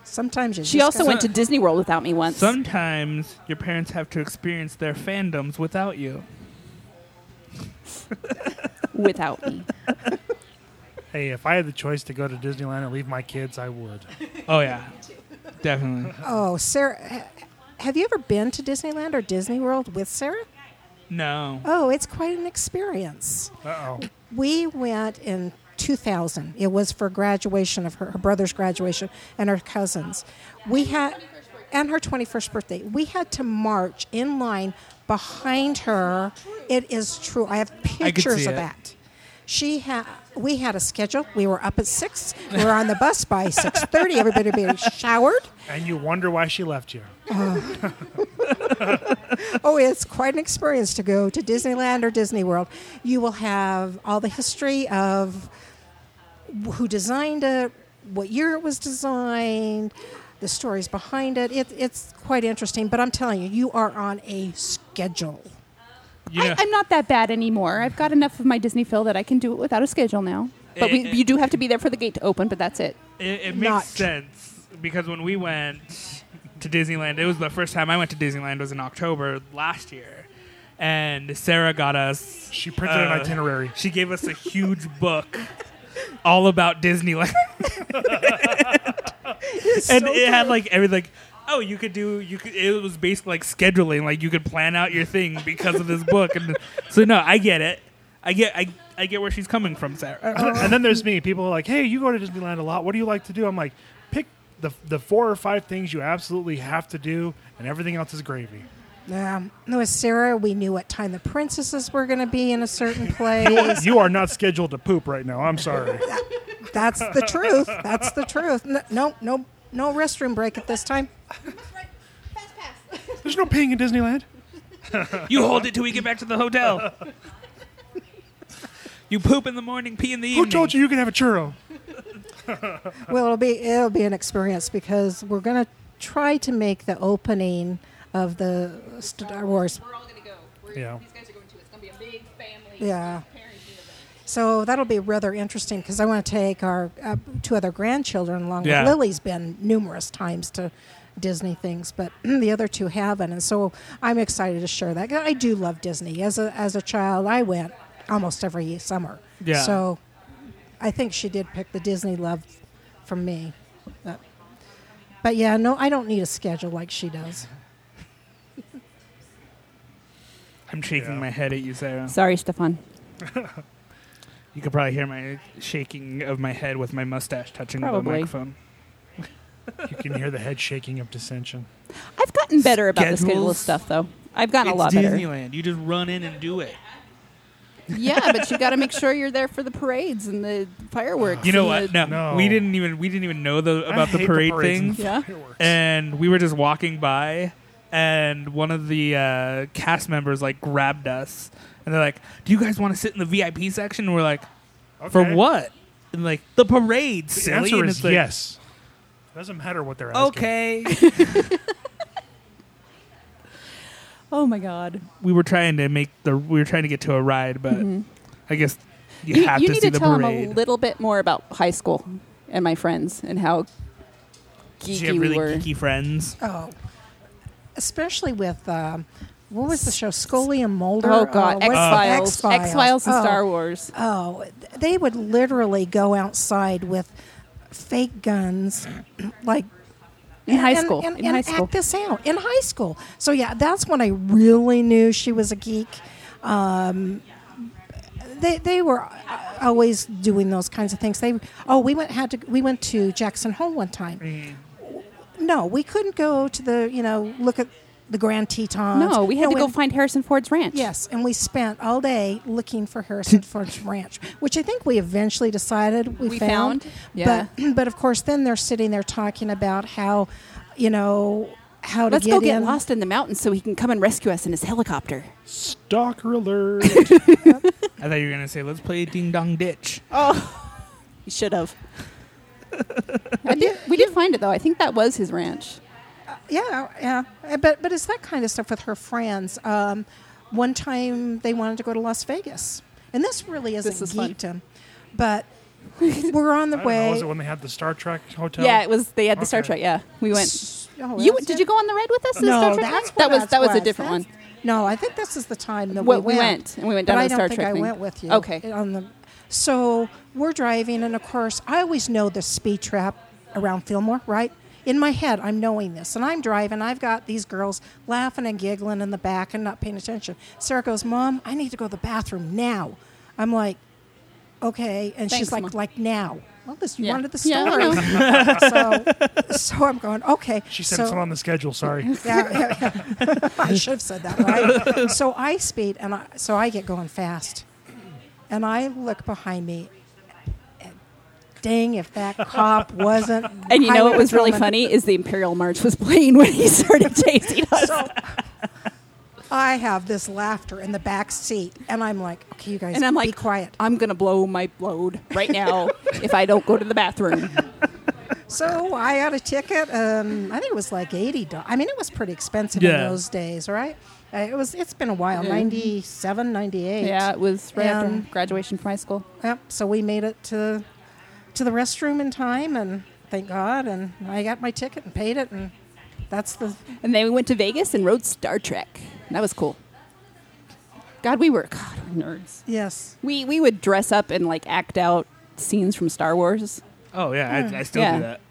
Speaker 5: sometimes you.
Speaker 8: She
Speaker 5: just
Speaker 8: also
Speaker 5: gotta-
Speaker 8: went to Disney World without me once.
Speaker 7: Sometimes your parents have to experience their fandoms without you.
Speaker 8: without me.
Speaker 2: Hey, if I had the choice to go to Disneyland and leave my kids, I would.
Speaker 7: Oh yeah, definitely.
Speaker 5: Oh, Sarah. have you ever been to Disneyland or Disney World with Sarah?
Speaker 7: No.
Speaker 5: Oh, it's quite an experience.
Speaker 2: Uh oh.
Speaker 5: We went in 2000. It was for graduation of her, her brother's graduation and her cousins. We had and her 21st birthday. We had to march in line behind her. It is true. I have
Speaker 7: I could see
Speaker 5: pictures of
Speaker 7: it.
Speaker 5: that. She had we had a schedule. We were up at 6. We were on the bus by 6:30. Everybody would be showered.
Speaker 2: And you wonder why she left you.
Speaker 5: oh, it's quite an experience to go to Disneyland or Disney World. You will have all the history of who designed it, what year it was designed, the stories behind it. it it's quite interesting, but I'm telling you, you are on a schedule.
Speaker 8: I, I'm not that bad anymore. I've got enough of my Disney fill that I can do it without a schedule now. But we,
Speaker 7: Eh, eh.
Speaker 8: you do have to be there for the gate to open, but that's it.
Speaker 7: It, it makes
Speaker 8: Not-
Speaker 7: sense because when we went to Disneyland, it was the first time I went to Disneyland was in October last year, and Sarah got us. uh,
Speaker 2: She printed an itinerary.
Speaker 7: She gave us a huge book all about Disneyland, and
Speaker 2: so
Speaker 7: it had
Speaker 2: true.
Speaker 7: like everything. Like, oh, you could do you could. It was basically like scheduling. Like you could plan out your thing because of this book, and so no, I get it. I get I. I get where she's coming from, Sarah.
Speaker 2: and then there's me. People are like, "Hey, you go to Disneyland a lot. What do you like to do?" I'm like, "Pick the the four or five things you absolutely have to do, and everything else is gravy."
Speaker 5: Um, no, with Sarah, we knew what time the princesses were going to be in a certain place.
Speaker 2: you are not scheduled to poop right now. I'm sorry.
Speaker 5: That's the truth. That's the truth. No, no, no, no restroom break at this time.
Speaker 2: There's no peeing in Disneyland.
Speaker 7: You hold it till we get back to the hotel. you poop in the morning, pee in the evening.
Speaker 2: Who told you you could have a churro?
Speaker 5: well, it'll be it'll be an experience because we're gonna try to make the opening of the Star Wars.
Speaker 2: Yeah.
Speaker 5: Yeah. So that'll be rather interesting because I want to take our uh, two other grandchildren along.
Speaker 7: Yeah.
Speaker 5: With Lily's been numerous times to Disney things, but the other two haven't, and so I'm excited to share that. 'Cause I do love Disney. As a as a child, I went almost every summer.
Speaker 7: Yeah.
Speaker 5: So I think she did pick the Disney love from me. But, but yeah, no, I don't need a schedule like she does.
Speaker 7: I'm shaking my head at you, Sarah.
Speaker 8: Sorry, Stefan.
Speaker 7: You could probably hear my shaking of my head with my mustache touching the
Speaker 8: Probably.
Speaker 7: microphone.
Speaker 2: You can hear the head shaking of dissension.
Speaker 8: I've gotten better about the schedule
Speaker 7: Schedules?
Speaker 8: of stuff, though. I've gotten
Speaker 7: it's
Speaker 8: a lot better.
Speaker 7: Disneyland. You just run in and do it.
Speaker 8: yeah, but you got to make sure you're there for the parades and the fireworks.
Speaker 7: You know
Speaker 8: and
Speaker 7: what? No,
Speaker 8: the-
Speaker 7: we didn't even we didn't even know the, about the
Speaker 2: hate the
Speaker 7: parade
Speaker 2: parades
Speaker 7: thing.
Speaker 2: and
Speaker 8: Yeah.
Speaker 7: and we were just walking by, and one of the uh, cast members like grabbed us, and they're like, "Do you guys want to sit in the VIP section?" And we're like, "For
Speaker 2: Okay.
Speaker 7: what?" And like the parade.
Speaker 2: The
Speaker 7: silly."
Speaker 2: answer
Speaker 7: And
Speaker 2: is
Speaker 7: it's like,
Speaker 2: yes. Doesn't matter what they're asking.
Speaker 7: Okay.
Speaker 8: Oh my God.
Speaker 7: we were trying to make the we were trying to get to a ride, but I guess you, have to
Speaker 8: Mm-hmm. need
Speaker 7: see
Speaker 8: to
Speaker 7: the
Speaker 8: tell
Speaker 7: parade.
Speaker 8: him a little bit more about high school and my friends and how
Speaker 7: Do
Speaker 8: geeky
Speaker 7: you have really
Speaker 8: we were.
Speaker 7: geeky friends?
Speaker 5: Oh, especially with um, what was the show? Scully and Mulder.
Speaker 8: Oh, God.
Speaker 5: what's the-
Speaker 7: Uh,
Speaker 8: X-Files.
Speaker 5: X-Files.
Speaker 8: X-Files and
Speaker 5: Oh.
Speaker 8: Star Wars.
Speaker 5: Oh, th- they would literally go outside with fake guns, like.
Speaker 8: In high
Speaker 5: and-
Speaker 8: school.
Speaker 5: and,
Speaker 8: In
Speaker 5: and
Speaker 8: high school.
Speaker 5: act this out in high school. So yeah, that's when I really knew she was a geek. Um, they they were uh, always doing those kinds of things. They oh we went had to we went to Jackson Hole one time. No, we couldn't go to the you know look at the Grand Tetons.
Speaker 8: No, we had to go find Harrison Ford's ranch.
Speaker 5: Yes, and we spent all day looking for Harrison Ford's ranch, which I think we eventually decided we,
Speaker 8: We
Speaker 5: found.
Speaker 8: found, yeah.
Speaker 5: But but of course, then they're sitting there talking about how, you know, how to
Speaker 8: Let's
Speaker 5: get
Speaker 8: go get
Speaker 5: in.
Speaker 8: lost in the mountains so he can come and rescue us in his helicopter.
Speaker 2: Stalker alert.
Speaker 7: I thought you were gonna say let's play Ding Dong Ditch.
Speaker 8: Oh. You should have. I did, we did find it though. I think that was his ranch.
Speaker 5: Yeah, yeah. Uh, But but it's that kind of stuff with her friends. Um, one time they wanted to go to Las Vegas, and this really isn't
Speaker 8: This is fun.
Speaker 5: geekdom, but we're on the
Speaker 2: I don't
Speaker 5: way.
Speaker 2: know, was it when they had the Star Trek hotel?
Speaker 8: Yeah, it was. They had the Star
Speaker 2: Okay.
Speaker 8: Trek. Yeah, we went.
Speaker 5: Oh,
Speaker 8: you
Speaker 5: that's
Speaker 8: did
Speaker 5: it?
Speaker 8: you go on the red with us? to the
Speaker 5: no,
Speaker 8: Star Trek
Speaker 5: that's
Speaker 8: one? that
Speaker 5: what
Speaker 8: was that was a
Speaker 5: that's
Speaker 8: different
Speaker 5: That's-
Speaker 8: one.
Speaker 5: No, I think this is the time that
Speaker 8: What
Speaker 5: we
Speaker 8: we
Speaker 5: went.
Speaker 8: went, and we went
Speaker 5: but
Speaker 8: down to
Speaker 5: I
Speaker 8: the
Speaker 5: don't
Speaker 8: Star
Speaker 5: think
Speaker 8: Trek
Speaker 5: I
Speaker 8: thing.
Speaker 5: went with you.
Speaker 8: Okay.
Speaker 5: On the, so we're driving, and of course, I always know the speed trap around Fillmore, right? in my head, I'm knowing this, and I'm driving. I've got these girls laughing and giggling in the back and not paying attention. Sarah goes, "Mom, I need to go to the bathroom now." I'm like, "Okay," and she's
Speaker 8: Thanks,
Speaker 5: like,
Speaker 8: Mom.
Speaker 5: "Like now." Well, this
Speaker 8: Yeah.
Speaker 5: one of the
Speaker 8: Yeah, I
Speaker 5: story. so, so I'm going, "Okay."
Speaker 2: She said
Speaker 5: so,
Speaker 2: it's not on the schedule. Sorry.
Speaker 5: yeah, yeah, yeah. I should have said that, right? so I speed, and I, so I get going fast, and I look behind me. and Dang, if that cop wasn't.
Speaker 8: And you know
Speaker 5: highway
Speaker 8: what was really
Speaker 5: patrolman.
Speaker 8: funny is the Imperial March was playing when he started chasing us.
Speaker 5: I have this laughter in the back seat, and I'm like, okay, you guys,
Speaker 8: and I'm like,
Speaker 5: be quiet.
Speaker 8: I'm gonna blow my load right now if I don't go to the bathroom.
Speaker 5: So I had a ticket. Um, I think it was like eighty dollars. I mean, it was pretty expensive
Speaker 8: Yeah.
Speaker 5: in those days, right? Uh, it was. It's been a while.
Speaker 8: Yeah.
Speaker 5: 97, 98.
Speaker 8: Yeah, it was right
Speaker 5: And-
Speaker 8: after graduation from high school.
Speaker 5: Yep. So we made it to to the restroom in time, and thank God. And I got my ticket and paid it, and that's the
Speaker 8: And then we went to Vegas and rode Star Trek. That was cool. God, we were God, we're nerds.
Speaker 5: yes.
Speaker 8: We we would dress up and like act out scenes from Star Wars.
Speaker 7: Oh yeah, I, I still
Speaker 8: Yeah.
Speaker 7: do that.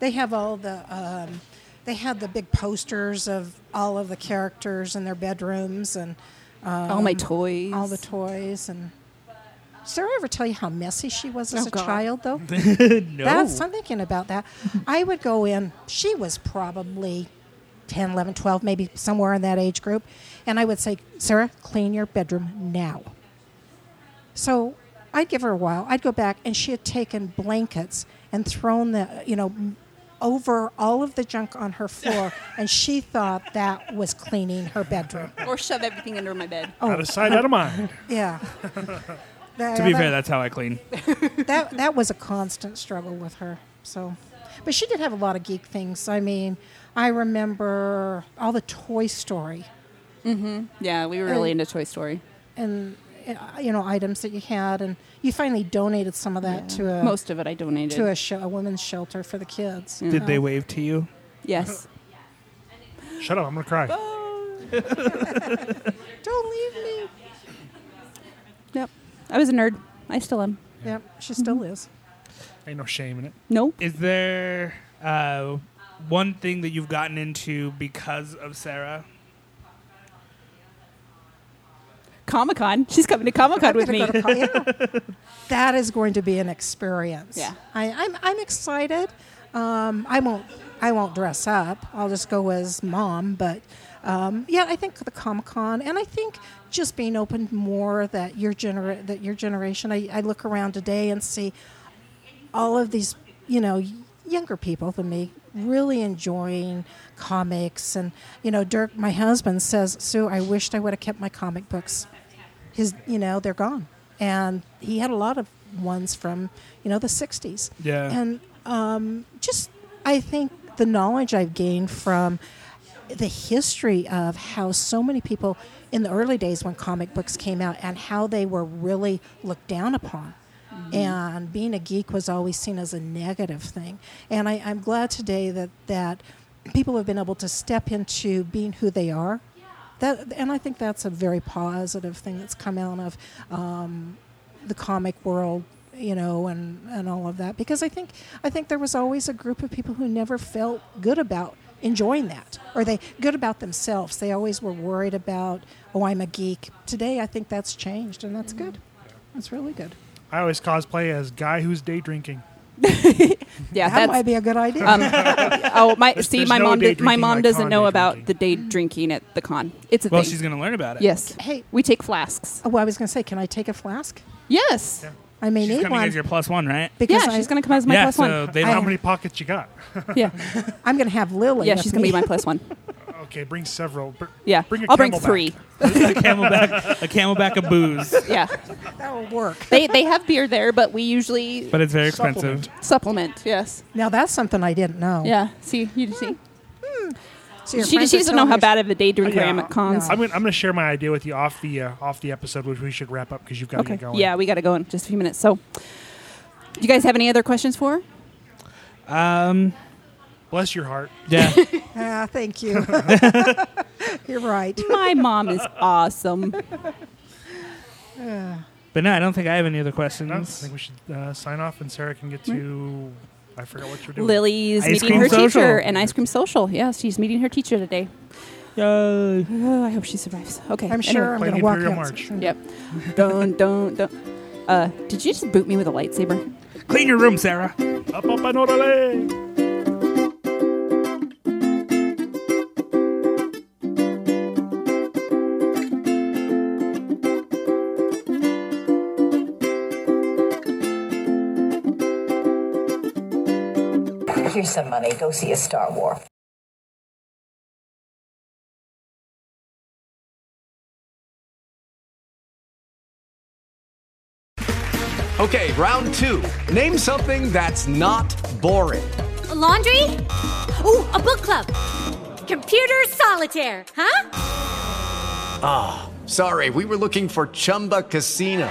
Speaker 5: They have all the um, they had the big posters of all of the characters in their bedrooms, and um,
Speaker 8: All my toys.
Speaker 5: all the toys, and. Did Sarah ever tell you how messy she was as
Speaker 8: Oh,
Speaker 5: a
Speaker 8: God.
Speaker 5: child, though?
Speaker 7: No.
Speaker 5: That's, I'm thinking about that. I would go in, she was probably 10, 11, 12, maybe somewhere in that age group. And I would say, Sarah, clean your bedroom now. So I'd give her a while. I'd go back, and she had taken blankets and thrown the, you know, m- over all of the junk on her floor, and she thought that was cleaning her bedroom.
Speaker 8: Or shove everything under my bed.
Speaker 5: Oh.
Speaker 2: Out of sight, out of mind.
Speaker 5: Yeah. That-
Speaker 7: To be
Speaker 5: that-
Speaker 7: fair, that's how I clean.
Speaker 5: that that was a constant struggle with her. So, but she did have a lot of geek things. I mean, I remember all the Toy Story
Speaker 8: Mm-hmm. Yeah, we were really into Toy Story.
Speaker 5: and uh, you know items that you had, and you finally donated some of that to a
Speaker 8: Most of it I donated.
Speaker 5: to a, sh- a women's shelter for the kids.
Speaker 7: Did they wave to you?
Speaker 8: Yes.
Speaker 2: Shut up! I'm gonna cry.
Speaker 5: Oh. Don't leave me.
Speaker 8: Yep. I was a nerd. I still am.
Speaker 5: Yep, she still is.
Speaker 2: Ain't no shame in it.
Speaker 8: Nope.
Speaker 7: Is there uh, one thing that you've gotten into because of Sarah?
Speaker 8: Comic Con. She's coming to Comic Con
Speaker 5: I'm
Speaker 8: with me.
Speaker 5: gonna go to co- yeah. That is going to be an experience.
Speaker 8: Yeah.
Speaker 5: I, I'm, I'm excited. Um, I won't I won't dress up. I'll just go as mom. But um, yeah, I think the Comic Con, and I think just being open more that your gener- that your generation. I, I look around today and see all of these, you know, younger people than me really enjoying comics and you know dirk my husband says sue i wished i would have kept my comic books his you know they're gone and he had a lot of ones from you know the 60s
Speaker 7: Yeah.
Speaker 5: and um, just i think the knowledge i've gained from the history of how so many people in the early days when comic books came out and how they were really looked down upon and being a geek was always seen as a negative thing and I, i'm glad today that that people have been able to step into being who they are that, and I think that's a very positive thing that's come out of um, the comic world, you know, and, and all of that. Because I think I think there was always a group of people who never felt good about enjoying that, or they good about themselves. They always were worried about, oh, I'm a geek. Today, I think that's changed, and that's good. That's really good.
Speaker 2: I always cosplay as guy who's day drinking.
Speaker 8: yeah,
Speaker 5: that
Speaker 8: that's
Speaker 5: might be a good idea.
Speaker 8: Um, oh my!
Speaker 2: There's-
Speaker 8: see,
Speaker 2: there's
Speaker 8: my
Speaker 2: no
Speaker 8: mom.
Speaker 2: day
Speaker 8: Did, my
Speaker 2: drinking
Speaker 8: mom
Speaker 2: like
Speaker 8: doesn't
Speaker 2: con
Speaker 8: know
Speaker 2: day
Speaker 8: about
Speaker 2: drinking.
Speaker 8: the day drinking at the con. It's a
Speaker 7: Well,
Speaker 8: thing.
Speaker 7: she's going to learn about it.
Speaker 8: yes.
Speaker 5: hey,
Speaker 8: We take flasks.
Speaker 5: well, Oh, I was going to say, can I take a flask?
Speaker 8: Yes.
Speaker 5: I may
Speaker 7: She's
Speaker 5: need
Speaker 7: coming
Speaker 5: one
Speaker 7: as your plus one, right?
Speaker 5: because
Speaker 8: yeah,
Speaker 5: I,
Speaker 8: she's gonna come as my
Speaker 7: yeah,
Speaker 8: plus
Speaker 7: so
Speaker 8: one.
Speaker 7: they
Speaker 2: How
Speaker 7: don't-
Speaker 2: many pockets you got?
Speaker 8: Yeah.
Speaker 5: I'm going to have Lily.
Speaker 8: Yeah,
Speaker 5: with
Speaker 8: she's gonna be
Speaker 5: me.
Speaker 8: my plus one.
Speaker 2: Okay, bring several. Br-
Speaker 8: Yeah.
Speaker 2: Bring a
Speaker 8: I'll bring
Speaker 2: Camelback.
Speaker 8: three.
Speaker 7: a camelback, a camelback of booze,
Speaker 8: Yeah.
Speaker 5: that will work.
Speaker 8: They they have beer there, but we usually
Speaker 7: but it's very expensive.
Speaker 8: supplement. Yes.
Speaker 5: Now that's something I didn't know.
Speaker 8: Yeah. See, you see.
Speaker 5: So your
Speaker 8: She,
Speaker 5: friends
Speaker 8: she
Speaker 5: are
Speaker 8: doesn't know
Speaker 5: telling
Speaker 8: how
Speaker 5: you-
Speaker 8: bad of a day drinker I am
Speaker 2: Oh, Yeah.
Speaker 8: at cons.
Speaker 2: I'm gonna, I'm gonna share my idea with you off the uh, off the episode, which we should wrap up because you've got to get going.
Speaker 8: Yeah, we got to go in just a few minutes. So, you guys have any other questions for? her?
Speaker 7: Um,
Speaker 2: Bless your heart.
Speaker 7: yeah.
Speaker 5: Ah, thank you. You're right.
Speaker 8: My mom is awesome.
Speaker 7: but no, I don't think I have any other
Speaker 2: No, I
Speaker 7: questions.
Speaker 2: think we should uh, sign off, and Sarah can get to I forgot what you're doing.
Speaker 8: Lily's meeting her teacher and ice cream social. Yes, she's meeting her teacher today.
Speaker 7: Yay.
Speaker 8: Oh, I hope she survives. Okay.
Speaker 5: I'm sure
Speaker 8: anyway.
Speaker 5: I'm going to walk out.
Speaker 8: Yep. don't, don't, don't. Uh, did you just boot me with a lightsaber?
Speaker 7: Clean your room, Sarah.
Speaker 2: Up, up, and orale.
Speaker 9: Here's some money. Go see a Star War.
Speaker 10: Okay, round two. Name something that's not boring.
Speaker 11: A laundry? Ooh, a book club. Computer solitaire, huh?
Speaker 10: Ah, sorry, we were looking for Chumba Casino.